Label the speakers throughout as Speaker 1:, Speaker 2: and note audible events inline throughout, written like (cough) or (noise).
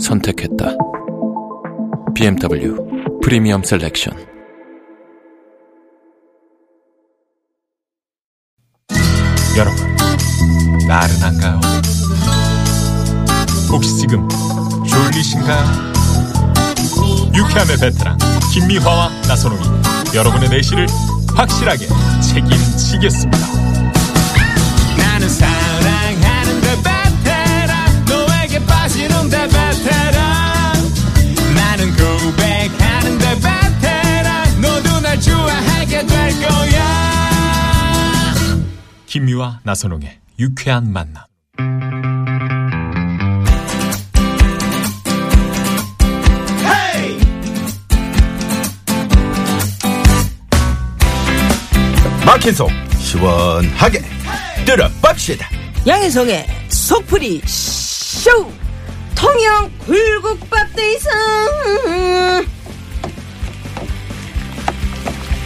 Speaker 1: 선택했다. BMW 프리미엄 셀렉션.
Speaker 2: 여러분, 나른한가요? 혹시 지금 졸리신가요? 유쾌함의 베테랑 김미화와 나선홍이 여러분의 내실을 확실하게 책임지겠습니다. 나는 사랑하는데 그 베테랑 너에게 빠지는데 베테랑 나는 고백하는데 그 베테랑 너도 날 좋아하게 될 거야. 김미화 나선홍의 유쾌한 만남.
Speaker 3: 막힌 속 시원하게 들어봅시다.
Speaker 4: 양혜성의 속풀이 쇼 통영 굴국밥 대이상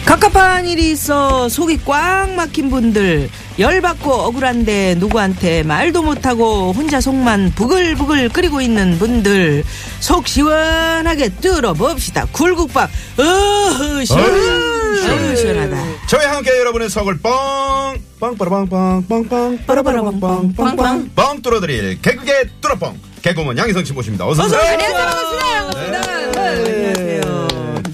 Speaker 4: 갑갑한 일이 있어 속이 꽉 막힌 분들 열받고 억울한데 누구한테 말도 못하고 혼자 속만 부글부글 끓이고 있는 분들 속 시원하게 뚫어봅시다 굴국밥 어허 시원하다
Speaker 3: 시원해.
Speaker 4: 시원하다
Speaker 3: 저희와 함께 여러분의 속을 뻥, 뻥, 빠라방빵, 뻥빵, 빠라바라방, 뻥, 뻥빵, 뻥 뚫어드릴 개그계 뚫어뻥. 개그맨 양희성 씨 모십니다. 어서 오세요.
Speaker 4: 네. 안녕하세요.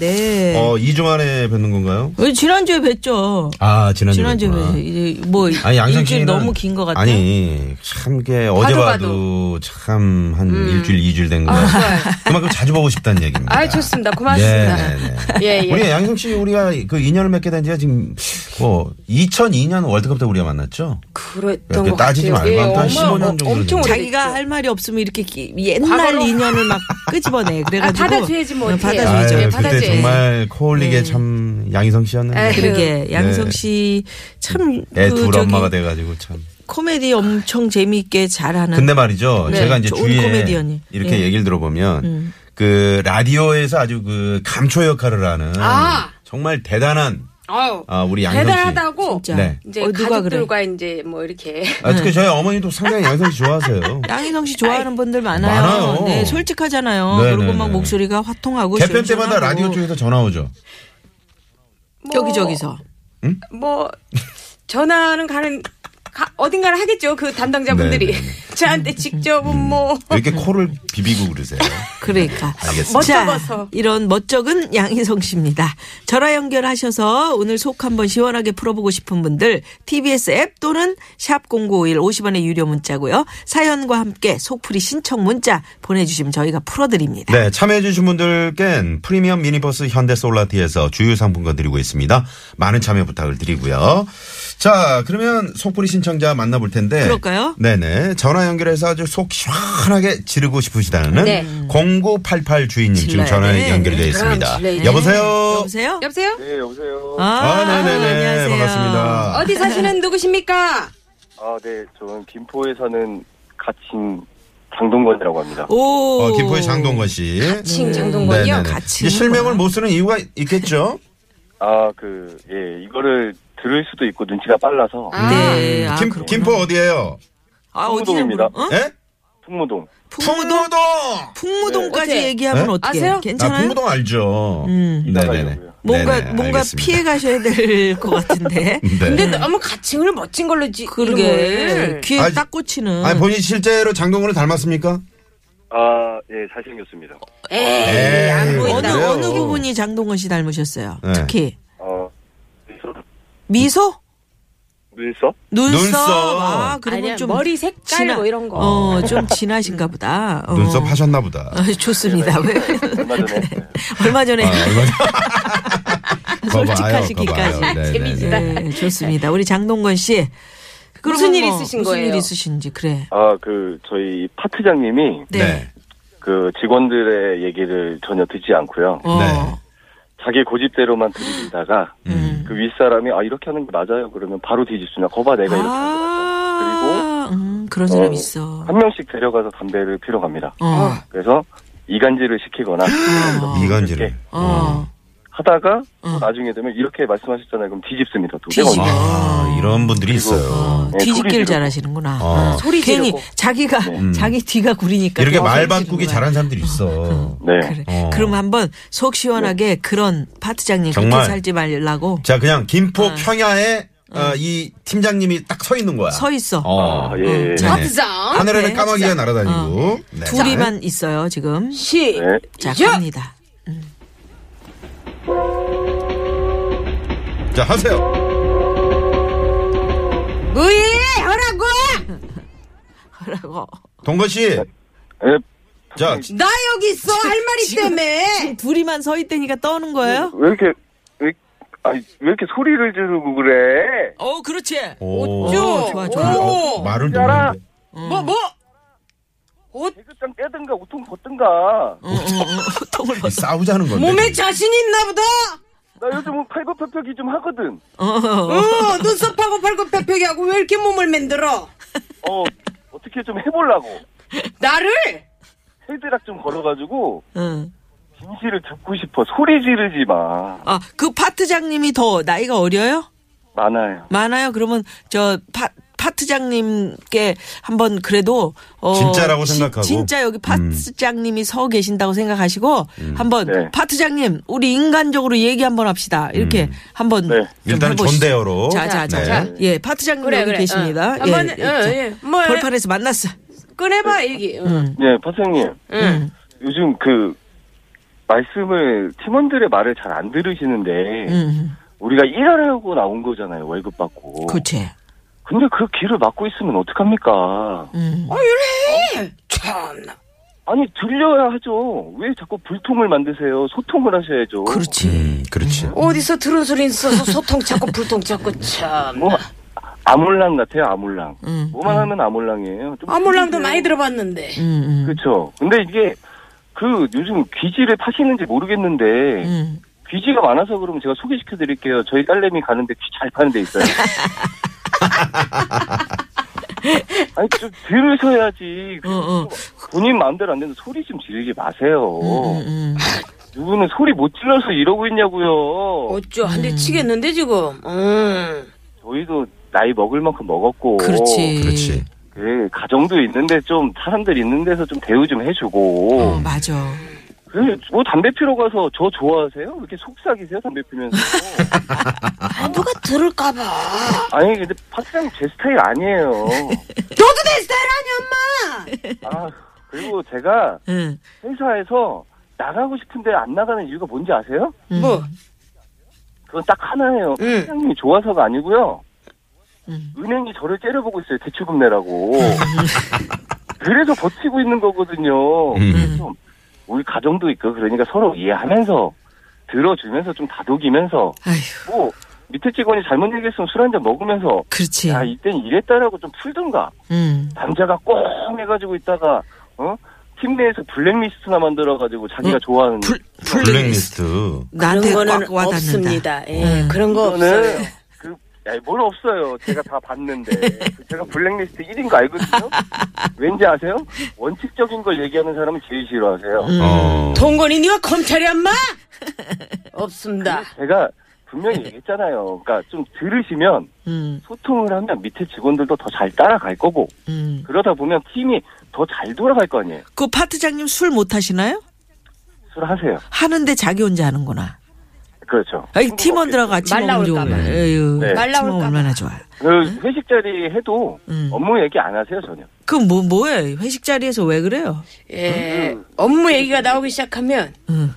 Speaker 4: 네.
Speaker 3: 어, 2주 만에 뵙는 건가요?
Speaker 4: 어, 지난주에 뵀죠.
Speaker 3: 아, 네. 지난주에.
Speaker 4: 지난주에
Speaker 3: 뵙구나.
Speaker 4: 뵀- 이제 뭐
Speaker 3: 아니, 양희성
Speaker 4: 일주일
Speaker 3: 씨는
Speaker 4: 너무 긴 것 같아요.
Speaker 3: 아니, 참게 어제
Speaker 5: 봐도
Speaker 3: 봐도 참 한 일주일, 이주일 된 거예요. 그만큼 자주 보고 싶다는 얘기입니다.
Speaker 5: 아 좋습니다. 고맙습니다.
Speaker 3: 네, 네, 네.
Speaker 5: 예, 예.
Speaker 3: 우리 양희성 씨 우리가 그 인연을 맺게 된 지가 지금 뭐 2002년 월드컵 때 우리가 만났죠.
Speaker 5: 그랬던
Speaker 3: 이렇게
Speaker 5: 것
Speaker 3: 따지지
Speaker 5: 같아요. 예,
Speaker 3: 말고 한
Speaker 5: 어머,
Speaker 3: 15년 정도
Speaker 5: 엄청
Speaker 3: 됐네.
Speaker 5: 오래
Speaker 4: 자기가 할 말이 없으면 이렇게 기- 옛날
Speaker 5: 과거로.
Speaker 4: 인연을 막 끄집어내. 그래가지고
Speaker 5: 아, 받아줘야지 뭐
Speaker 4: 어,
Speaker 5: 어떡해.
Speaker 4: 받아줘야죠.
Speaker 5: 아유,
Speaker 3: 그때
Speaker 5: 받아줘야지.
Speaker 3: 정말 코올리게 참 양희성 씨였는데
Speaker 5: 에휴.
Speaker 4: 그러게 양성
Speaker 3: 네.
Speaker 4: 씨참
Speaker 3: 애
Speaker 4: 그
Speaker 3: 둘
Speaker 4: 저기
Speaker 3: 엄마가 돼가지고 참.
Speaker 4: 코미디 엄청 재미있게 잘하는.
Speaker 3: 근데 말이죠.
Speaker 4: 네.
Speaker 3: 제가 이제
Speaker 4: 좋은
Speaker 3: 주위에
Speaker 4: 코미디언이.
Speaker 3: 이렇게
Speaker 4: 네.
Speaker 3: 얘기를 들어보면 그 라디오에서 아주 그 감초 역할을 하는
Speaker 5: 아.
Speaker 3: 정말 대단한
Speaker 5: 아우,
Speaker 3: 아, 우리 양성 씨.
Speaker 5: 대단하다고
Speaker 4: 진짜.
Speaker 3: 네.
Speaker 5: 이제
Speaker 4: 어, 누가 그래?
Speaker 5: 가족들과 이제 뭐 이렇게
Speaker 3: 아,
Speaker 4: 네.
Speaker 3: 특히 저희 어머니도 상당히 양희성 씨
Speaker 4: (laughs)
Speaker 3: 좋아하세요.
Speaker 4: 양희성 씨 좋아하는 분들 많아요.
Speaker 3: 많아요.
Speaker 4: 네, 솔직하잖아요.
Speaker 3: 네,
Speaker 4: 그리고
Speaker 3: 네,
Speaker 4: 막
Speaker 3: 네.
Speaker 4: 목소리가 화통하고
Speaker 3: 개편 때마다
Speaker 4: 시원시원하고.
Speaker 3: 라디오 쪽에서 전화 오죠.
Speaker 5: 뭐,
Speaker 4: 여기 저기서
Speaker 5: 뭐 전화는 가는 가- 어딘가를 하겠죠. 그 담당자분들이
Speaker 3: 네, 네,
Speaker 5: (laughs) 저한테 직접은 뭐
Speaker 3: 왜
Speaker 4: 네.
Speaker 3: 이렇게 코를 비비고 그러세요?
Speaker 4: 그러니까.
Speaker 3: 알겠습니다.
Speaker 4: 자,
Speaker 5: 멋쩍어서.
Speaker 4: 이런 멋쩍은 양희성 씨입니다. 전화 연결하셔서 오늘 속 한번 시원하게 풀어보고 싶은 분들 TBS 앱 또는 샵 0951 50원의 유료 문자고요. 사연과 함께 속풀이 신청 문자 보내주시면 저희가 풀어드립니다.
Speaker 3: 네, 참여해주신 분들께는 프리미엄 미니버스 현대 솔라티에서 주유 상품권 드리고 있습니다. 많은 참여 부탁을 드리고요. 자, 그러면 속풀이 신청자 만나볼 텐데.
Speaker 4: 그럴까요?
Speaker 3: 네네. 전화 연결해서 아주 속 시원하게 지르고 싶으시다는
Speaker 5: 네.
Speaker 3: 0988 주인님 지금
Speaker 4: 질러야
Speaker 3: 전화
Speaker 4: 돼.
Speaker 3: 연결되어
Speaker 5: 그럼
Speaker 3: 있습니다.
Speaker 5: 질러야지.
Speaker 3: 여보세요?
Speaker 4: 네. 여보세요?
Speaker 5: 여보세요?
Speaker 6: 네, 여보세요.
Speaker 4: 아,
Speaker 3: 아, 네네네.
Speaker 4: 안녕하세요.
Speaker 3: 반갑습니다.
Speaker 5: 어디 사시는 누구십니까?
Speaker 6: 아, 네, 저는 김포에 사는 갇힌 장동건이라고 합니다.
Speaker 4: 오.
Speaker 3: 어, 김포의 장동건 씨. 음.
Speaker 5: 칭 장동건이요.
Speaker 3: 네네네. 이제
Speaker 4: 같이 있는
Speaker 3: 실명을
Speaker 4: 거야.
Speaker 3: 못 쓰는 이유가 있겠죠?
Speaker 6: 아, 그, 예, 이거를 들을 수도 있고 눈치가 빨라서
Speaker 5: 아,
Speaker 4: 네. 아,
Speaker 3: 김,
Speaker 4: 그렇구나.
Speaker 3: 김포 어디예요?
Speaker 4: 아, 어디냐고.
Speaker 6: 풍무동입니다.
Speaker 4: 어?
Speaker 3: 예?
Speaker 6: 풍무동.
Speaker 4: 풍무동? 풍무동까지
Speaker 5: 어째?
Speaker 4: 얘기하면
Speaker 3: 네?
Speaker 4: 어떻게
Speaker 5: 아세요?
Speaker 3: 아,
Speaker 4: 괜찮아요?
Speaker 3: 풍무동 알죠.
Speaker 4: 음.
Speaker 3: 네네네.
Speaker 4: 뭔가
Speaker 3: 네네,
Speaker 4: 뭔가
Speaker 3: 알겠습니다.
Speaker 4: 피해 가셔야 될 것 같은데.
Speaker 3: (laughs) 네.
Speaker 5: 근데 너무 가칭을 멋진 걸로 지
Speaker 4: 그러게
Speaker 5: 이름을.
Speaker 4: 귀에
Speaker 3: 아니,
Speaker 4: 딱 꽂히는.
Speaker 3: 아니 본인 실제로 장동건을 닮았습니까?
Speaker 6: 아, 예, 잘생겼습니다.
Speaker 5: 에이, 안
Speaker 3: 에이,
Speaker 4: 네. 어느
Speaker 5: 보인다.
Speaker 3: 그래요?
Speaker 4: 어느 부분이 장동건 씨 닮으셨어요?
Speaker 3: 네.
Speaker 4: 특히
Speaker 6: 어,
Speaker 4: 미소,
Speaker 6: 눈썹?
Speaker 4: 눈썹,
Speaker 3: 눈썹.
Speaker 4: 아 그러면
Speaker 5: 아니야,
Speaker 4: 좀
Speaker 5: 머리 색깔
Speaker 4: 진하-
Speaker 5: 뭐 이런 거.
Speaker 4: 어, 좀 진하신가 보다. 어.
Speaker 3: 눈썹 하셨나 보다.
Speaker 4: 아, 좋습니다.
Speaker 5: 네.
Speaker 4: 왜? (laughs)
Speaker 6: 얼마 전에.
Speaker 4: 네. 얼마 전에
Speaker 3: 아, 얼마 전- 거봐요,
Speaker 4: (laughs)
Speaker 3: 거봐요.
Speaker 4: 솔직하시기까지.
Speaker 3: 네네네.
Speaker 5: 재밌다.
Speaker 4: 네, 좋습니다. 우리 장동건 씨. 그러면
Speaker 5: 무슨 일
Speaker 4: 뭐,
Speaker 5: 있으신
Speaker 4: 무슨
Speaker 5: 거예요?
Speaker 4: 일 있으신지 그래.
Speaker 6: 아, 그, 저희 파트장님이
Speaker 3: 네.
Speaker 6: 그 직원들의 얘기를 전혀 듣지 않고요.
Speaker 4: 어.
Speaker 3: 네.
Speaker 6: 자기 고집대로만 들이다가
Speaker 4: 음.
Speaker 6: 그 윗사람이 아 이렇게 하는 게 맞아요. 그러면 바로 뒤집습니다. 거봐 내가 이렇게 하는 거
Speaker 4: 아, 음, 그런 사람 있어.
Speaker 6: 한 명씩 데려가서 담배를 피러 갑니다.
Speaker 4: 어. 어.
Speaker 6: 그래서 이간질을 시키거나
Speaker 3: 이간질을.
Speaker 4: 어.
Speaker 6: 하다가
Speaker 4: 어.
Speaker 6: 나중에 되면 이렇게 말씀하셨잖아요. 그럼 뒤집습니다. 두 개가
Speaker 4: 뒤집어.
Speaker 6: 없는
Speaker 3: 아, 이런 분들이 있어요.
Speaker 4: 어,
Speaker 6: 네, 소리
Speaker 4: 뒤집기를
Speaker 6: 지르고. 아.
Speaker 4: 잘하시는구나.
Speaker 3: 어.
Speaker 4: 어.
Speaker 5: 소리
Speaker 4: 괜히
Speaker 5: 지르고.
Speaker 4: 자기가 (laughs)
Speaker 6: 네.
Speaker 4: 자기 뒤가 구리니까
Speaker 3: 이렇게
Speaker 4: 또
Speaker 3: 말
Speaker 4: 소리
Speaker 3: 바꾸기
Speaker 4: 지르는 거야.
Speaker 3: 잘하는 사람들이 있어.
Speaker 6: 네.
Speaker 4: 그래.
Speaker 3: 어.
Speaker 4: 그럼 한번 속 시원하게 그런 파트장님 그렇게
Speaker 3: 정말.
Speaker 4: 살지 말라고
Speaker 3: (laughs) 자, 그냥 김포
Speaker 4: 아.
Speaker 3: 평야에 어, 이 팀장님이 딱 서 있는 거야.
Speaker 4: 서 있어.
Speaker 3: 어.
Speaker 6: 아, 예. 예.
Speaker 3: 네.
Speaker 5: 파트장.
Speaker 3: 하늘에는
Speaker 4: 네. 어.
Speaker 3: 까마귀가 날아다니고. 네.
Speaker 4: 둘이만 있어요 지금.
Speaker 5: 시.
Speaker 6: 네.
Speaker 4: 자
Speaker 5: 야!
Speaker 4: 갑니다.
Speaker 3: 자, 하세요.
Speaker 5: 으이 하라고.
Speaker 4: 그러고
Speaker 3: 동건 씨.
Speaker 6: 예.
Speaker 3: 자,
Speaker 5: 나 여기 있어 할 말이 때문에.
Speaker 4: 둘이만 서 있다니까 떠는 거예요?
Speaker 6: 왜 이렇게 왜, 아니, 왜 이렇게 소리를 지르고 그래?
Speaker 4: 어 그렇지.
Speaker 3: 오.
Speaker 4: 오, 좋아 좋아.
Speaker 3: 어, 말을 듣는
Speaker 6: 짜라.
Speaker 3: 데
Speaker 5: 뭐 뭐.
Speaker 6: 대극장 떼든가 우통 벗든가.
Speaker 4: 어, 어, 어. 통을 벗어.
Speaker 3: 싸우자는 건데.
Speaker 4: 네.
Speaker 5: 몸에 자신 있나 보다.
Speaker 6: 나 요즘은 팔굽혀펴기 좀 하거든.
Speaker 4: 어.
Speaker 5: 어, 눈썹하고 팔굽혀펴기하고 왜 이렇게 몸을 만들어?
Speaker 6: 어 어떻게 좀 해보려고
Speaker 5: 나를?
Speaker 6: 헤드락 좀 걸어가지고
Speaker 4: 응.
Speaker 6: 진실을 듣고 싶어. 소리 지르지 마.
Speaker 4: 아그 파트장님이 더 나이가 어려요?
Speaker 6: 많아요.
Speaker 4: 많아요. 그러면 저 파, 파트장님께 한번 그래도 어,
Speaker 3: 진짜라고
Speaker 4: 시-
Speaker 3: 생각하고. 음.
Speaker 4: 진짜 여기 파트장님이 서 계신다고 생각하시고 한번
Speaker 6: 네.
Speaker 4: 파트장님 우리 인간적으로 얘기 한번 합시다. 이렇게 한번
Speaker 6: 네.
Speaker 4: 좀
Speaker 3: 음. 일단은
Speaker 4: 해보시죠.
Speaker 3: 존대어로. 네.
Speaker 4: 자자자.
Speaker 5: 자.
Speaker 4: 예, 파트장님
Speaker 5: 그래,
Speaker 4: 여기
Speaker 5: 그래.
Speaker 4: 계십니다.
Speaker 5: 어. 한번,
Speaker 4: 예,
Speaker 5: 어,
Speaker 4: 자,
Speaker 5: 예. 뭐,
Speaker 4: 벌판에서 만났어.
Speaker 5: 꺼내봐 얘기. 어. 응.
Speaker 6: 예, 파생님.
Speaker 4: 음.
Speaker 6: 요즘 그 말씀을 팀원들의 말을 잘 안 들으시는데
Speaker 4: 음.
Speaker 6: 우리가 일하려고 나온 거잖아요. 월급 받고.
Speaker 4: 그치.
Speaker 6: 근데 그 길을 막고 있으면 어떡합니까?
Speaker 4: 음.
Speaker 5: 참나.
Speaker 6: 아니 들려야 하죠. 왜 자꾸 불통을 만드세요? 소통을 하셔야죠.
Speaker 4: 그렇지.
Speaker 3: 음, 그렇지.
Speaker 5: 어디서 들은 소리 있어서 소통 찾고 불통 찾고 참.
Speaker 6: 뭐 아몰랑 같아요. 아몰랑.
Speaker 4: 음.
Speaker 6: 뭐만 하면 아몰랑이에요. 좀
Speaker 5: 아몰랑도 많이 들어봤는데.
Speaker 4: 음. 음.
Speaker 6: 그렇죠. 근데 이게 그 요즘 귀지를 파시는지 모르겠는데
Speaker 4: 음.
Speaker 6: 귀지가 많아서 그러면 제가 소개시켜 드릴게요. 저희 딸내미 가는데 귀 잘 파는 데
Speaker 4: (laughs)
Speaker 6: 있어요. 아니 좀 들으셔야지.
Speaker 4: 어, 어.
Speaker 6: 본인 마음대로 안 되는 소리 좀 지르지 마세요.
Speaker 4: 음, 음.
Speaker 6: 누구는 소리 못 질러서 이러고 있냐고요.
Speaker 5: 어쩌 한 대 치겠는데 지금. 음.
Speaker 6: 저희도 나이 먹을 만큼 먹었고.
Speaker 4: 그렇지.
Speaker 3: 그렇지.
Speaker 6: 예, 가정도 있는데 좀 사람들 있는 데서 좀 대우 좀 해주고.
Speaker 4: 어, 맞아.
Speaker 6: 그래, 뭐 담배 피러 가서 저 좋아하세요? 이렇게 속삭이세요 담배
Speaker 5: (laughs)
Speaker 6: 피면서?
Speaker 5: 아 누가 들을까봐.
Speaker 6: 아니 근데 파트장님 제 스타일 아니에요.
Speaker 5: (laughs) 너도 내 스타일 아니 엄마.
Speaker 6: 아 그리고 제가
Speaker 4: 응.
Speaker 6: 회사에서 나가고 싶은데 안 나가는 이유가 뭔지 아세요?
Speaker 4: 음.
Speaker 5: 뭐?
Speaker 6: 그건 딱 하나예요.
Speaker 5: 음.
Speaker 6: 사장님이 좋아서가 아니고요.
Speaker 4: 음.
Speaker 6: 은행이 저를 째려보고 있어요. 대출금
Speaker 5: (laughs)
Speaker 6: 내라고. 그래서 버티고 있는
Speaker 4: 그
Speaker 6: 거거든요.
Speaker 3: 음.
Speaker 6: 좀 우리 가정도 있고 그러니까 서로 이해하면서 들어주면서 좀 다독이면서
Speaker 4: 아휴.
Speaker 6: 뭐 밑에 직원이 잘못 얘기했으면 술 한 잔 먹으면서
Speaker 4: 그렇지.
Speaker 6: 야 이땐 이랬다라고 좀 풀든가
Speaker 4: 음.
Speaker 6: 남자가 꽁 해가지고 있다가 어팀 내에서 블랙리스트나 만들어가지고 자기가
Speaker 4: 음,
Speaker 6: 좋아하는
Speaker 4: 불,
Speaker 3: 블랙리스트. 음.
Speaker 4: 나한테
Speaker 5: 그런 거는
Speaker 4: 꽉 와닿는다.
Speaker 5: 없습니다. 예, 그런 거
Speaker 6: 거는
Speaker 5: 없어요.
Speaker 6: 그 야, 뭘 없어요. 제가 다 봤는데. 그 제가 블랙리스트 1인 거 알거든요? 왠지 아세요? 원칙적인 걸 얘기하는 사람은 제일 싫어하세요.
Speaker 4: 음.
Speaker 3: 어.
Speaker 5: 동건이 니가 검찰이 엄마? 없습니다.
Speaker 6: 제가 분명히 얘기했잖아요. 그러니까 좀 들으시면
Speaker 4: 음,
Speaker 6: 소통을 하면 밑에 직원들도 더 잘 따라갈 거고
Speaker 4: 음.
Speaker 6: 그러다 보면 팀이 더 잘 돌아갈 거 아니에요.
Speaker 4: 그 파트장님 술 못 하시나요?
Speaker 6: 술 하세요.
Speaker 4: 하는데 자기 혼자 하는구나.
Speaker 6: 그렇죠.
Speaker 4: 아이, 팀원들하고 같이
Speaker 5: 뭐, 말
Speaker 4: 먹으면
Speaker 5: 나올까 봐.
Speaker 4: 좋은데. 에휴,
Speaker 6: 네.
Speaker 5: 말
Speaker 4: 팀원
Speaker 5: 나올까
Speaker 4: 얼마나 좋아.
Speaker 6: 그 회식 자리 해도
Speaker 4: 음.
Speaker 6: 업무 얘기 안 하세요 전혀.
Speaker 4: 그 뭐, 뭐예요? 회식 자리에서 왜 그래요?
Speaker 5: 예, 업무 얘기가 나오기 시작하면
Speaker 4: 음.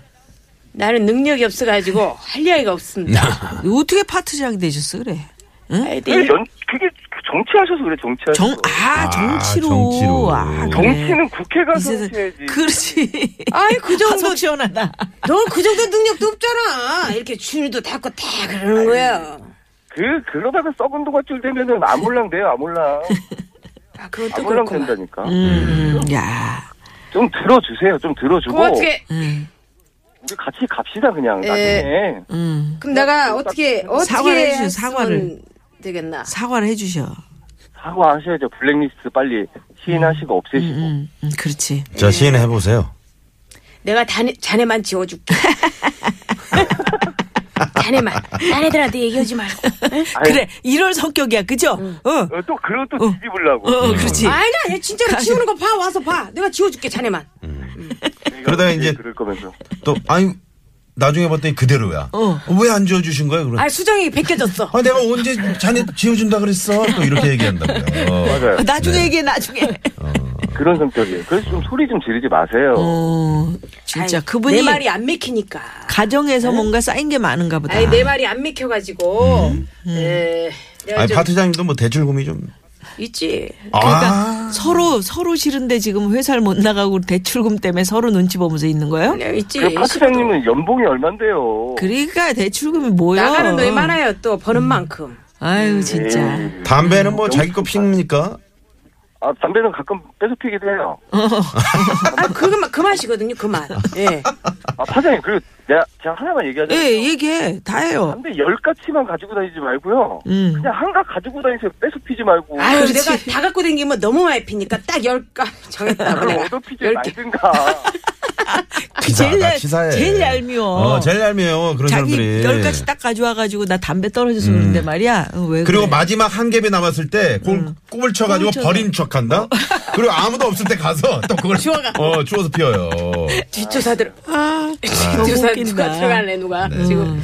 Speaker 5: 나는 능력이 없어가지고 할 이야기가 없습니다.
Speaker 4: 어떻게 파트장이 되셨어, 그래?
Speaker 6: 그게,
Speaker 4: 음?
Speaker 5: 하여튼
Speaker 6: 연, 그게 정치하셔서 그래 정치하셔서.
Speaker 4: 정, 아,
Speaker 3: 아,
Speaker 4: 정치로.
Speaker 3: 정치로.
Speaker 4: 아, 그래.
Speaker 6: 정치는 국회
Speaker 4: 이
Speaker 6: 가서
Speaker 4: 세상-
Speaker 6: 해야지.
Speaker 4: (laughs) 그렇지.
Speaker 5: 아이 그 정도
Speaker 4: 화속 시원하다.
Speaker 5: 너 그 정도 능력도 없잖아. 이렇게 줄도 닫고 다 그러는 거야.
Speaker 6: 그 그러다가 썩은 도가줄 되면은 아몰랑 돼요 아몰랑
Speaker 5: 아 그것도
Speaker 6: 아몰랑
Speaker 5: 그렇구만.
Speaker 6: 된다니까.
Speaker 4: 음, 야.
Speaker 6: 좀 들어주세요. 좀 들어주고
Speaker 5: 그럼 어떻게
Speaker 4: 음,
Speaker 6: 우리 같이 갑시다 그냥
Speaker 5: 예.
Speaker 6: 나중에.
Speaker 4: 음.
Speaker 5: 그럼 내가 어떻게 어떻게
Speaker 4: 사과를 해주세요,
Speaker 5: 했으면
Speaker 4: 사과를.
Speaker 5: 되겠나?
Speaker 4: 사과를 해주셔.
Speaker 6: 사과하셔야죠. 블랙리스트 빨리 시인하시고 없애시고.
Speaker 4: 음, 음, 그렇지.
Speaker 3: 자, 시인 해보세요.
Speaker 5: 내가 자네,
Speaker 4: (laughs)
Speaker 5: 자네만 지워줄게. 자네만 자네들한테 얘기하지 말고.
Speaker 6: 아니,
Speaker 4: 그래, 이럴 성격이야, 그죠? 어,
Speaker 6: 어, 또 그걸 또 뒤집으려고. 음.
Speaker 4: 어, 그렇지.
Speaker 5: 음. 아니 아니 진짜로 지우는 거 봐 와서 봐. 내가 지워줄게 자네만.
Speaker 6: 내가
Speaker 3: 그러다가
Speaker 6: 언제
Speaker 3: 이제-
Speaker 6: 그럴 거면서.
Speaker 3: 또, 아니, 나중에 봤더니 그대로야.
Speaker 4: 어.
Speaker 3: 왜 안 지어주신 거야, 그럼?
Speaker 5: 아 수정이 벗겨졌어.
Speaker 3: 아, 내가 언제 자네 지어준다 그랬어? 또 이렇게 얘기한다고요. 어.
Speaker 6: 맞아요.
Speaker 4: 나중에 얘기해, 나중에.
Speaker 6: 그런 성격이에요. 그래서 좀 소리 좀 지르지 마세요.
Speaker 4: 어, 진짜
Speaker 5: 아이,
Speaker 4: 그분이
Speaker 5: 내 말이 안 맥히니까.
Speaker 4: 가정에서 뭔가 쌓인 게 많은가 보다.
Speaker 5: 아니 내 말이 안 맥혀가지고.
Speaker 4: 음,
Speaker 5: 에, 내가
Speaker 3: 아니,
Speaker 5: 좀
Speaker 3: 파트장님도 뭐 대출금이 좀. 아,
Speaker 5: 있지.
Speaker 4: 그러니까 서로 서로 싫은데 지금 회사를 못 나가고 대출금 때문에 서로 눈치 보면서 있는 거예요?
Speaker 5: 내가 있지.
Speaker 6: 그 파트장님은 연봉이 얼만데요?
Speaker 4: 그러니까 대출금이 뭐야?
Speaker 5: 나가는 돈이 많아요 또 버는 만큼.
Speaker 4: 아유 진짜.
Speaker 6: 에이,
Speaker 3: 담배는
Speaker 6: 음,
Speaker 3: 뭐 자기 거
Speaker 4: 그
Speaker 3: 핍니까?
Speaker 6: 예. 아, 담배는 가끔 뺏어 피기도 해요.
Speaker 5: 아 그만 그 맛이거든요 그 맛.
Speaker 4: (laughs)
Speaker 5: 예.
Speaker 6: 아, 파장님, 그리고 내가, 제가 하나만 얘기하자면.
Speaker 4: 예 얘기해 다 해요.
Speaker 6: 담배 열 가치만 가지고 다니지 말고요.
Speaker 4: 음.
Speaker 6: 그냥 한 가 가지고 다니세요. 뺏어 피지 말고.
Speaker 5: 아유
Speaker 4: 그렇지.
Speaker 5: 내가 다 갖고 댕기면 너무 많이 피니까 딱 열가 정했다고
Speaker 6: 그럼
Speaker 5: 내가.
Speaker 6: 얻어 피지
Speaker 5: 열 개.
Speaker 4: (laughs)
Speaker 6: 아, 말든가.
Speaker 3: 기사,
Speaker 4: 제일
Speaker 3: 나
Speaker 4: 얄-
Speaker 3: 기사해.
Speaker 4: 제일 얄미워.
Speaker 3: 어, 제일 얄미워. 그런
Speaker 4: 자기
Speaker 3: 사람들이. 음.
Speaker 4: 열 가지 딱 가져와가지고 나 담배 떨어져서 그런데 말이야. 어, 왜
Speaker 3: 그리고
Speaker 4: 그래? 음.
Speaker 3: 마지막 한 갭이 남았을 때 그걸 꿈을 쳐가지고
Speaker 4: 꿈을 쳐서. 어.
Speaker 3: 버린 척한다. 그리고 아무도 없을 때 가서 또
Speaker 4: (laughs)
Speaker 3: 그걸 어 주워서 피워요.
Speaker 5: 뒷조사들.
Speaker 4: 아, 너무
Speaker 5: 뒷조사 누가
Speaker 4: 웃긴다. 네. 음.
Speaker 5: 들어갈래 누가 지금.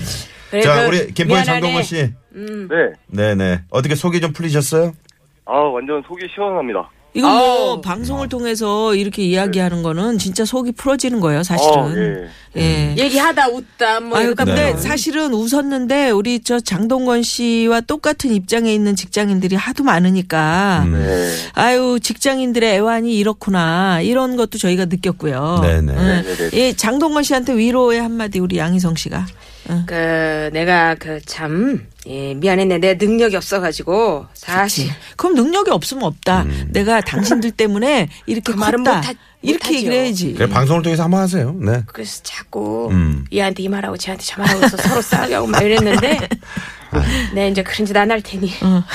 Speaker 5: 그래도
Speaker 3: 자 우리 김포의
Speaker 5: 미안하네.
Speaker 3: 장동건 씨,
Speaker 6: 네.
Speaker 3: 네네 어떻게 속이 좀 풀리셨어요?
Speaker 6: 아, 완전 속이 시원합니다.
Speaker 4: 이거 뭐 방송을 통해서 이렇게 이야기하는 거는 진짜 속이 풀어지는 거예요
Speaker 6: 어,
Speaker 4: 사실은.
Speaker 6: 예.
Speaker 4: 예.
Speaker 5: 얘기하다 웃다 뭐
Speaker 4: 아유,
Speaker 5: 이러다
Speaker 4: 근데
Speaker 5: 보면
Speaker 3: 그렇죠.
Speaker 4: 사실은 웃었는데 우리 저 장동건 씨와 똑같은 입장에 있는 직장인들이 하도 많으니까
Speaker 3: 음.
Speaker 6: 네.
Speaker 4: 아유 직장인들의 애환이 이렇구나 이런 것도 저희가 느꼈고요.
Speaker 3: 네네.
Speaker 4: 예,
Speaker 6: 네네네.
Speaker 4: 예, 장동건 씨한테 위로의 한마디 우리 양희성 씨가.
Speaker 5: 그 내가 그 참 미안했네 내 능력이 없어가지고 사실
Speaker 4: 그럼 능력이 없으면 없다.
Speaker 3: 음.
Speaker 4: 내가 당신들 때문에 이렇게
Speaker 5: 그 말은
Speaker 4: 컸다.
Speaker 5: 못하-
Speaker 4: 이렇게
Speaker 5: 못하죠.
Speaker 4: 얘기를 해야지.
Speaker 3: 그래, 방송을 통해서 한번 하세요. 네.
Speaker 5: 그래서 자꾸
Speaker 3: 음.
Speaker 5: 얘한테 이 말하고 쟤한테 저 말하고 해서 서로 싸우게 하고
Speaker 3: (laughs)
Speaker 5: 막 이랬는데 네 이제 그런 짓 안 할 테니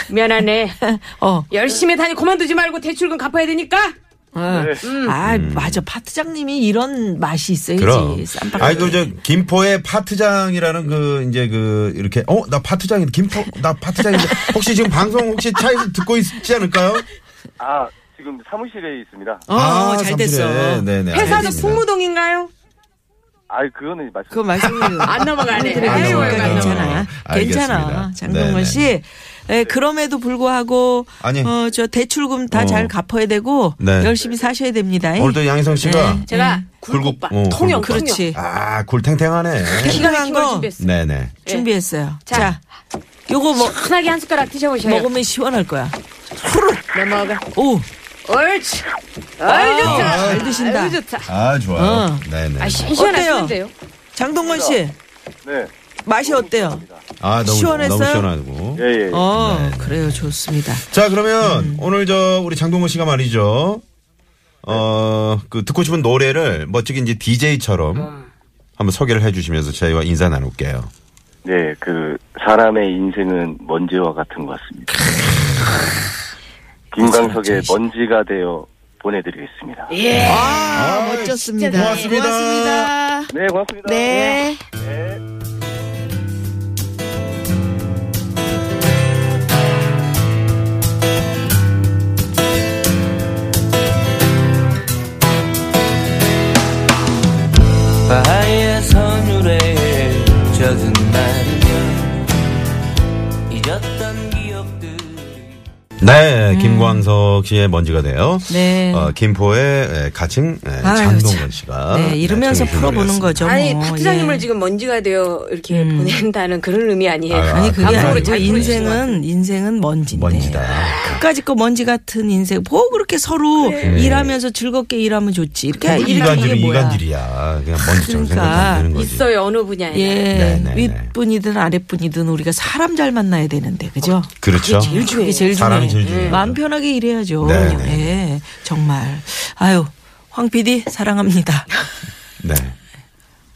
Speaker 5: 미안하네
Speaker 4: 어.
Speaker 5: 열심히 다니 그만두지 말고 대출금 갚아야 되니까
Speaker 4: 어.
Speaker 5: 네.
Speaker 4: 아 맞아 파트장님이 이런 맛이 있어야지.
Speaker 3: 음. 그럼.
Speaker 4: 쌈박.
Speaker 3: 아니 그저 김포의 파트장이라는 그 이제 그 이렇게 어 나 파트장인데 김포 나 파트장인데 혹시 지금 방송 혹시 차에서 듣고 있지 않을까요?
Speaker 6: 아, 지금 사무실에 있습니다.
Speaker 4: 어, 잘 됐어.
Speaker 3: 아, 네네.
Speaker 5: 회사도 풍무동인가요?
Speaker 6: 아, 그거는 말씀.
Speaker 4: 그거 말씀해요.
Speaker 5: 안 넘어가네
Speaker 3: (laughs) 안
Speaker 5: 아유,
Speaker 3: 넘어가요.
Speaker 4: 그러니까
Speaker 5: 아유,
Speaker 4: 괜찮아.
Speaker 3: 알겠습니다.
Speaker 4: 괜찮아. 장동건
Speaker 3: 네네.
Speaker 4: 씨. 예, 그럼에도 불구하고
Speaker 3: 아니.
Speaker 4: 어, 저 대출금 다
Speaker 3: 어.
Speaker 4: 잘 갚아야 되고
Speaker 3: 네.
Speaker 4: 열심히 사셔야 됩니다.
Speaker 3: 오늘도 양희성 씨가
Speaker 5: 제가
Speaker 3: 굴국-
Speaker 5: 굴국밥
Speaker 3: 어,
Speaker 5: 통영
Speaker 3: 굴국밥.
Speaker 5: 통영
Speaker 4: 그렇지.
Speaker 3: 아 굴탱탱하네.
Speaker 5: 기가
Speaker 4: 탱탱한
Speaker 5: 막힌 걸
Speaker 4: 거.
Speaker 5: 준비했어요
Speaker 3: 네네.
Speaker 4: 준비했어요.
Speaker 5: 자.
Speaker 4: 자. 요거 뭐
Speaker 5: 편하게 한 숟가락 드셔보셔요
Speaker 4: 먹으면 시원할 거야.
Speaker 5: 넘어가
Speaker 4: 오.
Speaker 5: 옳지 아유 좋다
Speaker 4: 아, 잘 드신다.
Speaker 5: 아유 좋다
Speaker 3: 아 좋아요.
Speaker 4: 어.
Speaker 3: 네네.
Speaker 5: 아 시원하시면 돼요
Speaker 4: 장동건 씨.
Speaker 6: 네.
Speaker 4: 맛이 어때요?
Speaker 3: 아 너무
Speaker 4: 시원했어요?
Speaker 3: 너무 시원하고.
Speaker 6: 예, 예.
Speaker 4: 어,
Speaker 3: 네.
Speaker 4: 그래요. 좋습니다.
Speaker 3: 자 그러면 오늘 저 우리 장동건 씨가 말이죠. 어그 듣고 싶은 노래를 멋지게 이제 DJ처럼
Speaker 4: 아.
Speaker 3: 한번 소개를 해주시면서 저희와 인사 나눌게요.
Speaker 6: 네, 그 사람의 인생은 먼지와 같은 것 같습니다. 김광석의 먼지가 되어 보내드리겠습니다.
Speaker 7: 아, 멋졌습니다.
Speaker 3: 네. 고맙습니다.
Speaker 7: 고맙습니다.
Speaker 6: 네, 고맙습니다.
Speaker 7: 네.
Speaker 8: 바의 선율에 젖은 말이면 잊었던 기억들이
Speaker 3: 네 김광석 씨의 먼지가 돼요.
Speaker 4: 음. 네.
Speaker 3: 어, 김포의 예, 가칭 예,
Speaker 4: 아유,
Speaker 3: 장동건
Speaker 4: 참.
Speaker 3: 씨가
Speaker 4: 네, 이러면서
Speaker 3: 네, 청해 주신
Speaker 4: 풀어보는
Speaker 3: 노래였습니다.
Speaker 4: 거죠.
Speaker 5: 아니
Speaker 4: 뭐.
Speaker 5: 파트장님을
Speaker 4: 예. 음.
Speaker 5: 지금 먼지가 되어 이렇게 보낸다는 그런 의미 아니에요.
Speaker 3: 아유,
Speaker 4: 아니 그게
Speaker 3: 앞으로
Speaker 4: 아니고
Speaker 3: 잘
Speaker 4: 인생은 인생은 먼지인데
Speaker 3: 먼지다.
Speaker 4: 끝까지 거 먼지 같은 인생 뭐 그렇게 서로
Speaker 3: 네.
Speaker 4: 일하면서 즐겁게 일하면 좋지 이렇게 이렇게 이게
Speaker 3: 이간질이
Speaker 4: 뭐야
Speaker 3: 이간질이야. 그냥 먼지처럼
Speaker 4: 그러니까
Speaker 3: 생각하면 되는 거지.
Speaker 5: 있어요 어느 분야에.
Speaker 4: 예
Speaker 3: 네네네.
Speaker 4: 윗분이든 아랫분이든 우리가 사람 잘 만나야 되는데 그죠
Speaker 3: 그렇죠.
Speaker 4: 그게
Speaker 3: 네.
Speaker 4: 제일 중요해
Speaker 3: 사람이 제일 중요해요. 네.
Speaker 4: 마음 편하게 일해야죠
Speaker 3: 네네.
Speaker 4: 예 정말 아유 황 PD
Speaker 3: (laughs)
Speaker 4: 사랑합니다.
Speaker 3: 네.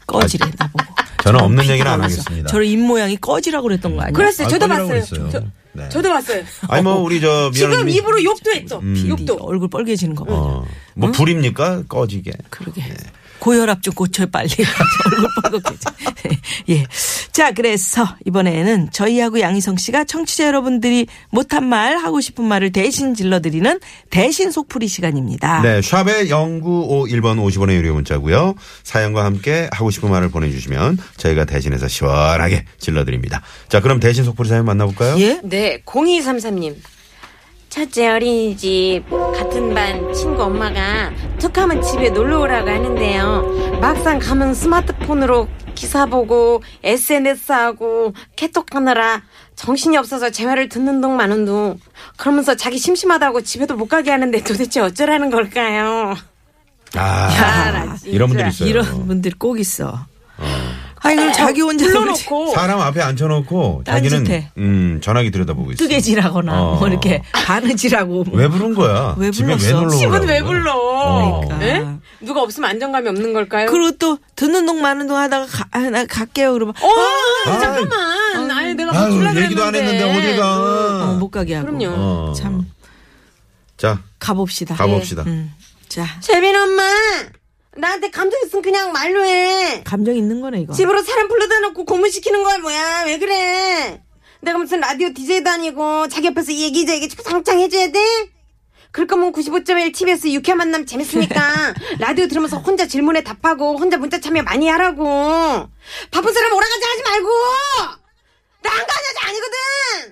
Speaker 4: 꺼지래 나보고.
Speaker 3: 저는 없는
Speaker 4: 피디가
Speaker 3: 얘기는 안
Speaker 4: 와서
Speaker 3: 하겠습니다.
Speaker 4: 아, 저런 입 모양이 꺼지라고 그랬던 거 아니야?
Speaker 5: 그랬어요. 저도
Speaker 3: 아, 꺼지라고
Speaker 5: 봤어요.
Speaker 3: 그랬어요.
Speaker 5: 저,
Speaker 3: 네.
Speaker 5: 저도 봤어요.
Speaker 3: 아니 뭐 우리 저
Speaker 5: 지금
Speaker 3: 미연아님이-
Speaker 5: 입으로 욕도 했죠.
Speaker 4: PD
Speaker 5: 욕도.
Speaker 4: 얼굴 빨개지는 거 봐.
Speaker 3: 어. 뭐 불입니까? 꺼지게.
Speaker 4: 그러게.
Speaker 3: 네.
Speaker 4: 고혈압 좀 고쳐요, 빨리. (laughs) 얼굴 빨갛게지. 예. 자, 그래서 이번에는 저희하고 양희성 씨가 청취자 여러분들이 못한 말, 하고 싶은 말을 대신 질러드리는 대신 속풀이 시간입니다.
Speaker 3: 네, 샵의 0951번 50원의 유료 문자고요. 사연과 함께 하고 싶은 말을 보내주시면 저희가 대신해서 시원하게 질러드립니다. 자, 그럼 대신 속풀이 사연 만나볼까요?
Speaker 4: 예?
Speaker 5: 네, 0233님. 첫째 어린이집 같은 반 친구 엄마가 툭하면 집에 놀러 오라고 하는데요. 막상 가면 스마트폰으로 기사 보고 SNS 하고 카톡 하느라 정신이 없어서 제 말을 듣는 둥 마는 둥 그러면서 자기 심심하다고 집에도 못 가게 하는데 도대체 어쩌라는 걸까요?
Speaker 3: 아,
Speaker 5: 야, 나 진짜.
Speaker 3: 이런 분들 있어요.
Speaker 4: 이런 분들 꼭 있어. 아니, 그럼 자기 혼자
Speaker 5: 불러놓고
Speaker 3: 사람 앞에 앉혀놓고
Speaker 4: 딴짓해.
Speaker 3: 자기는 음, 전화기 들여다보고 있어.
Speaker 4: 뜨개질하거나
Speaker 3: 어.
Speaker 4: 뭐 이렇게 바느질하고 뭐.
Speaker 3: 왜 부른 거야?
Speaker 4: 왜
Speaker 3: 집에 왜
Speaker 4: 불렀어?
Speaker 3: 놀러 오라고?
Speaker 5: 집은 왜 불러?
Speaker 3: 어.
Speaker 4: 그러니까.
Speaker 5: 예? 누가 없으면 안정감이 없는 걸까요?
Speaker 4: 그리고 또 듣는 동 마는 동 하다가 가, 아, 나 갈게요 그러면
Speaker 5: 어,
Speaker 3: 아이.
Speaker 5: 잠깐만. 아유, 내가 못 줄라
Speaker 3: 아유,
Speaker 5: 그랬는데.
Speaker 3: 얘기도 안 했는데 어딜
Speaker 4: 어,
Speaker 3: 가?
Speaker 4: 못 가게 하고
Speaker 5: 그럼요.
Speaker 3: 어.
Speaker 4: 참
Speaker 3: 자,
Speaker 4: 가봅시다.
Speaker 3: 가봅시다.
Speaker 4: 음. 자
Speaker 5: 재빈 엄마, 나한테 감정 있으면 그냥 말로 해.
Speaker 4: 감정 있는 거네 이거.
Speaker 5: 집으로 사람 불러다 놓고 고문시키는 거야, 뭐야. 왜 그래? 내가 무슨 라디오 DJ도 아니고 자기 옆에서 얘기자에게 상창 해줘야 돼? 그럴 거면 95.1 TBS 유쾌한
Speaker 3: (laughs)
Speaker 5: 만남 재밌으니까 라디오 들으면서 혼자 질문에 답하고 혼자 문자 참여 많이 하라고. 바쁜 사람 오라가자 하지 말고! 나 한 가지 아니거든!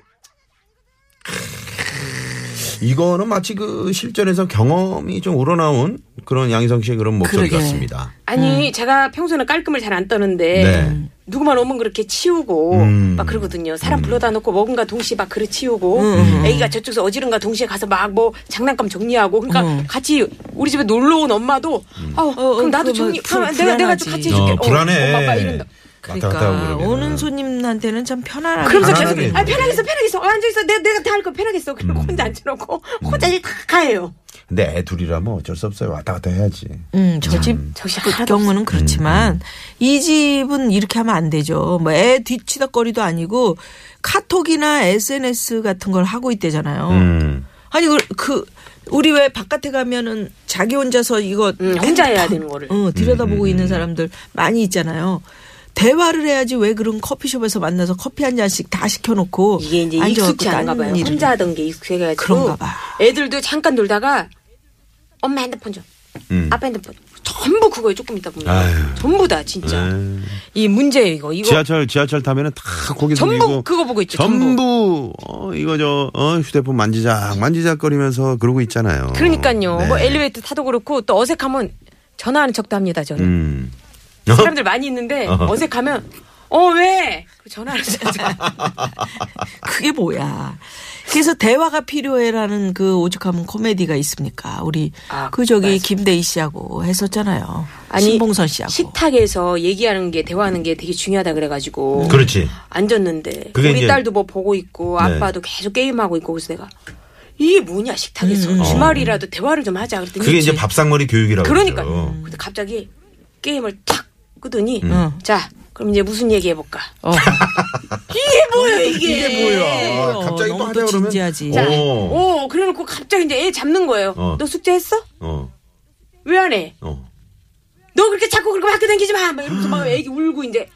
Speaker 3: 이거는 마치 그 실전에서 경험이 좀 우러나온 그런 양희성 씨의 그런 목소리
Speaker 4: 그러게.
Speaker 3: 같습니다.
Speaker 4: 음.
Speaker 5: 아니 제가 평소에는 깔끔을 잘 안 떠는데
Speaker 3: 네.
Speaker 5: 누구만 오면 그렇게 치우고
Speaker 3: 음.
Speaker 5: 막 그러거든요. 사람 불러다 놓고 먹은가 동시에 막 그릇
Speaker 4: 음,
Speaker 5: 치우고 애기가 저쪽에서 어지른가 동시에 가서 막 뭐 장난감 정리하고 그러니까 같이 우리 집에 놀러 온 엄마도 아우
Speaker 4: 음. 어,
Speaker 5: 그럼 나도
Speaker 4: 그거
Speaker 5: 정리
Speaker 4: 불-
Speaker 5: 아, 내가 내가 좀
Speaker 4: 불안하지.
Speaker 5: 같이 해줄게.
Speaker 3: 음. 어, 불안해. 음,
Speaker 5: 엄마 아빠 이런다.
Speaker 3: 왔다 갔다 하고
Speaker 4: 그러니까
Speaker 3: 그러면은.
Speaker 4: 오는 손님한테는 참 편안하게.
Speaker 5: 그러면서
Speaker 3: 불안하네,
Speaker 5: 계속 아
Speaker 3: 이거.
Speaker 5: 편하게 있어 편하게 있어 아, 앉아 있어 내가 내가 다 할 거 편하게 있어
Speaker 3: 음.
Speaker 5: 그리고 혼자 앉혀놓고 혼자 일다 가요.
Speaker 3: 근데 애 둘이라 뭐 어쩔 수 없어요. 왔다 갔다 해야지.
Speaker 4: 음, 저집
Speaker 5: 정신
Speaker 4: 그
Speaker 5: 하나도
Speaker 4: 경우는
Speaker 3: 음,
Speaker 4: 그렇지만 이 집은 이렇게 하면 안 되죠. 뭐 애 뒤치다거리도 아니고 카톡이나 SNS 같은 걸 하고 있대잖아요.
Speaker 3: 음.
Speaker 4: 아니 그, 그 우리 왜 바깥에 가면은 자기 혼자서 이거
Speaker 5: 음, 혼자 해야 되는 거를.
Speaker 4: 어,
Speaker 3: 음,
Speaker 4: 들여다보고 있는 사람들 많이 있잖아요. 대화를 해야지 왜 그런 커피숍에서 만나서 커피 한 잔씩 다 시켜놓고
Speaker 5: 이게 이제
Speaker 4: 앉아갖고
Speaker 5: 익숙치 않은가
Speaker 4: 딴
Speaker 5: 봐요.
Speaker 4: 일을.
Speaker 5: 혼자 하던 게 익숙해가지고.
Speaker 4: 그런가 봐.
Speaker 5: 애들도 잠깐 놀다가 엄마 핸드폰 좀.
Speaker 3: 음.
Speaker 5: 아빠 핸드폰. 전부 그거에 조금 있다 보면.
Speaker 3: 아유. 네.
Speaker 5: 전부 다 진짜.
Speaker 3: 에이.
Speaker 5: 이 문제예요 이거. 이거
Speaker 3: 지하철 지하철 타면은 다 고개
Speaker 5: 전부
Speaker 3: 숙이고
Speaker 5: 그거 보고 있죠,
Speaker 3: 전부, 어, 이거 저 어, 휴대폰 만지작 만지작거리면서 그러고 있잖아요.
Speaker 5: 그러니까요.
Speaker 3: 네.
Speaker 5: 뭐 엘리베이터 타도 그렇고 또 어색하면 전화하는 척도 합니다 저는.
Speaker 3: 음.
Speaker 5: 사람들 많이 있는데
Speaker 3: (laughs) 어허.
Speaker 5: 어색하면 어 왜? 전화를 하잖아.
Speaker 4: 그게 뭐야. 그래서 대화가 필요해라는 그 오죽하면 코미디가 있습니까? 우리
Speaker 5: 아,
Speaker 4: 그 저기
Speaker 5: 맞아.
Speaker 4: 김대희 씨하고 했었잖아요. 신봉선 씨하고.
Speaker 5: 식탁에서 얘기하는 게 대화하는 게 되게 중요하다 그래가지고.
Speaker 3: 음. 그렇지.
Speaker 5: 앉았는데
Speaker 3: 그렇죠. 그게
Speaker 5: 우리
Speaker 3: 이제-
Speaker 5: 딸도 뭐 보고 있고
Speaker 3: 네.
Speaker 5: 아빠도 계속 게임하고 있고 그래서 내가 이게 뭐냐 식탁에서 주말이라도 대화를 좀 하자 그랬더니
Speaker 3: 음. 어. 그게 이제 밥상머리 교육이라고.
Speaker 5: 그러니까
Speaker 3: 그러죠.
Speaker 5: 근데 갑자기 게임을 탁 끄더니
Speaker 4: 음.
Speaker 5: 자 그럼 이제 무슨 얘기 해볼까
Speaker 4: 어.
Speaker 5: 이게 뭐야 이게
Speaker 3: 뭐야?
Speaker 4: 어,
Speaker 3: 갑자기 또
Speaker 4: 너무
Speaker 3: 하자
Speaker 4: 또
Speaker 3: 그러면 어,
Speaker 4: 진지하지.
Speaker 5: 자,
Speaker 3: 오.
Speaker 5: 오 그래놓고 갑자기 이제 애 잡는 거예요
Speaker 3: 어.
Speaker 5: 너 숙제했어
Speaker 3: 어.
Speaker 5: 왜 안 해 너
Speaker 3: 어.
Speaker 5: 그렇게 자꾸 그렇게 학교 다니지 마막 이러면서 막 애기 울고 이제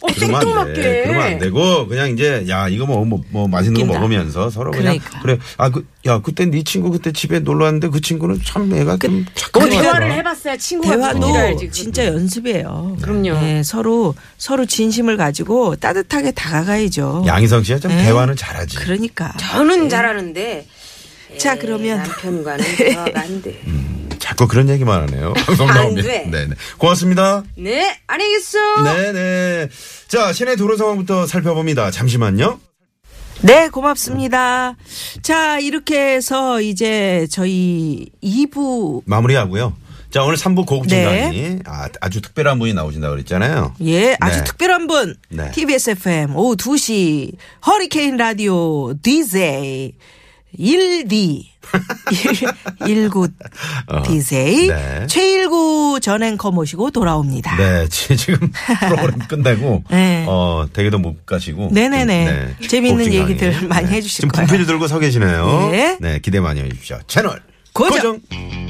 Speaker 5: 어
Speaker 3: 아, 그러면 안 돼. 그러면 안
Speaker 5: 생뚱맞게
Speaker 3: 되고 그냥 이제 야 이거 뭐, 뭐, 뭐 맛있는 거
Speaker 4: 웃긴다.
Speaker 3: 먹으면서 서로 그냥
Speaker 4: 그러니까.
Speaker 3: 그래 아 그 야 그때 네 친구 그때 집에 놀러 왔는데 그 친구는 참 애가 좀
Speaker 5: 너
Speaker 3: 착한 것
Speaker 5: 그 대화를
Speaker 3: 같더라.
Speaker 5: 해봤어야
Speaker 4: (laughs)
Speaker 5: 친구가
Speaker 4: 대화도
Speaker 5: 누군지 알지, 그거.
Speaker 4: 진짜 연습이에요.
Speaker 5: 음. 그럼요.
Speaker 4: 예, 서로 서로 진심을 가지고 따뜻하게 다가가야죠.
Speaker 3: 양희성 씨가 참
Speaker 4: 네.
Speaker 3: 대화는 잘하지.
Speaker 4: 그러니까.
Speaker 5: 저는 잘하는데
Speaker 4: 자,
Speaker 5: 에,
Speaker 4: 그러면. (laughs) 네.
Speaker 5: 남편과는 대화가 안 돼.
Speaker 3: 자꾸 그런 얘기만 하네요. 방송
Speaker 5: 안
Speaker 3: 나오면.
Speaker 5: 돼.
Speaker 3: 네네. 고맙습니다.
Speaker 5: 네, 안녕히 계세요.
Speaker 3: 네네. 자, 시내 도로 상황부터 살펴봅니다. 잠시만요.
Speaker 4: 네, 고맙습니다. 자, 이렇게 해서 이제 저희 2부
Speaker 3: 마무리하고요. 자, 오늘 3부 고급
Speaker 4: 네.
Speaker 3: 진단이 아, 아주 특별한 분이 나오신다고 그랬잖아요.
Speaker 4: 예, 아주
Speaker 3: 네.
Speaker 4: 특별한 분.
Speaker 3: 네.
Speaker 4: TBS FM 오후 2시 허리케인 라디오 DJ 1D (laughs) 19 디세이
Speaker 3: 어, 네.
Speaker 4: 최일구 전 앵커 모시고 돌아옵니다.
Speaker 3: 네, (laughs) 지- 지금 프로그램 끝내고
Speaker 4: (laughs) 네.
Speaker 3: 어 대게도 못 가시고.
Speaker 4: 네네네. 재미있는
Speaker 3: 복직 강의.
Speaker 4: 얘기들 많이 해주실
Speaker 3: 네. 지금
Speaker 4: 거예요.
Speaker 3: 분필 들고 서 계시네요.
Speaker 4: 예.
Speaker 3: 네, 기대 많이 해주십시오. 채널
Speaker 4: 고정!
Speaker 3: 고정.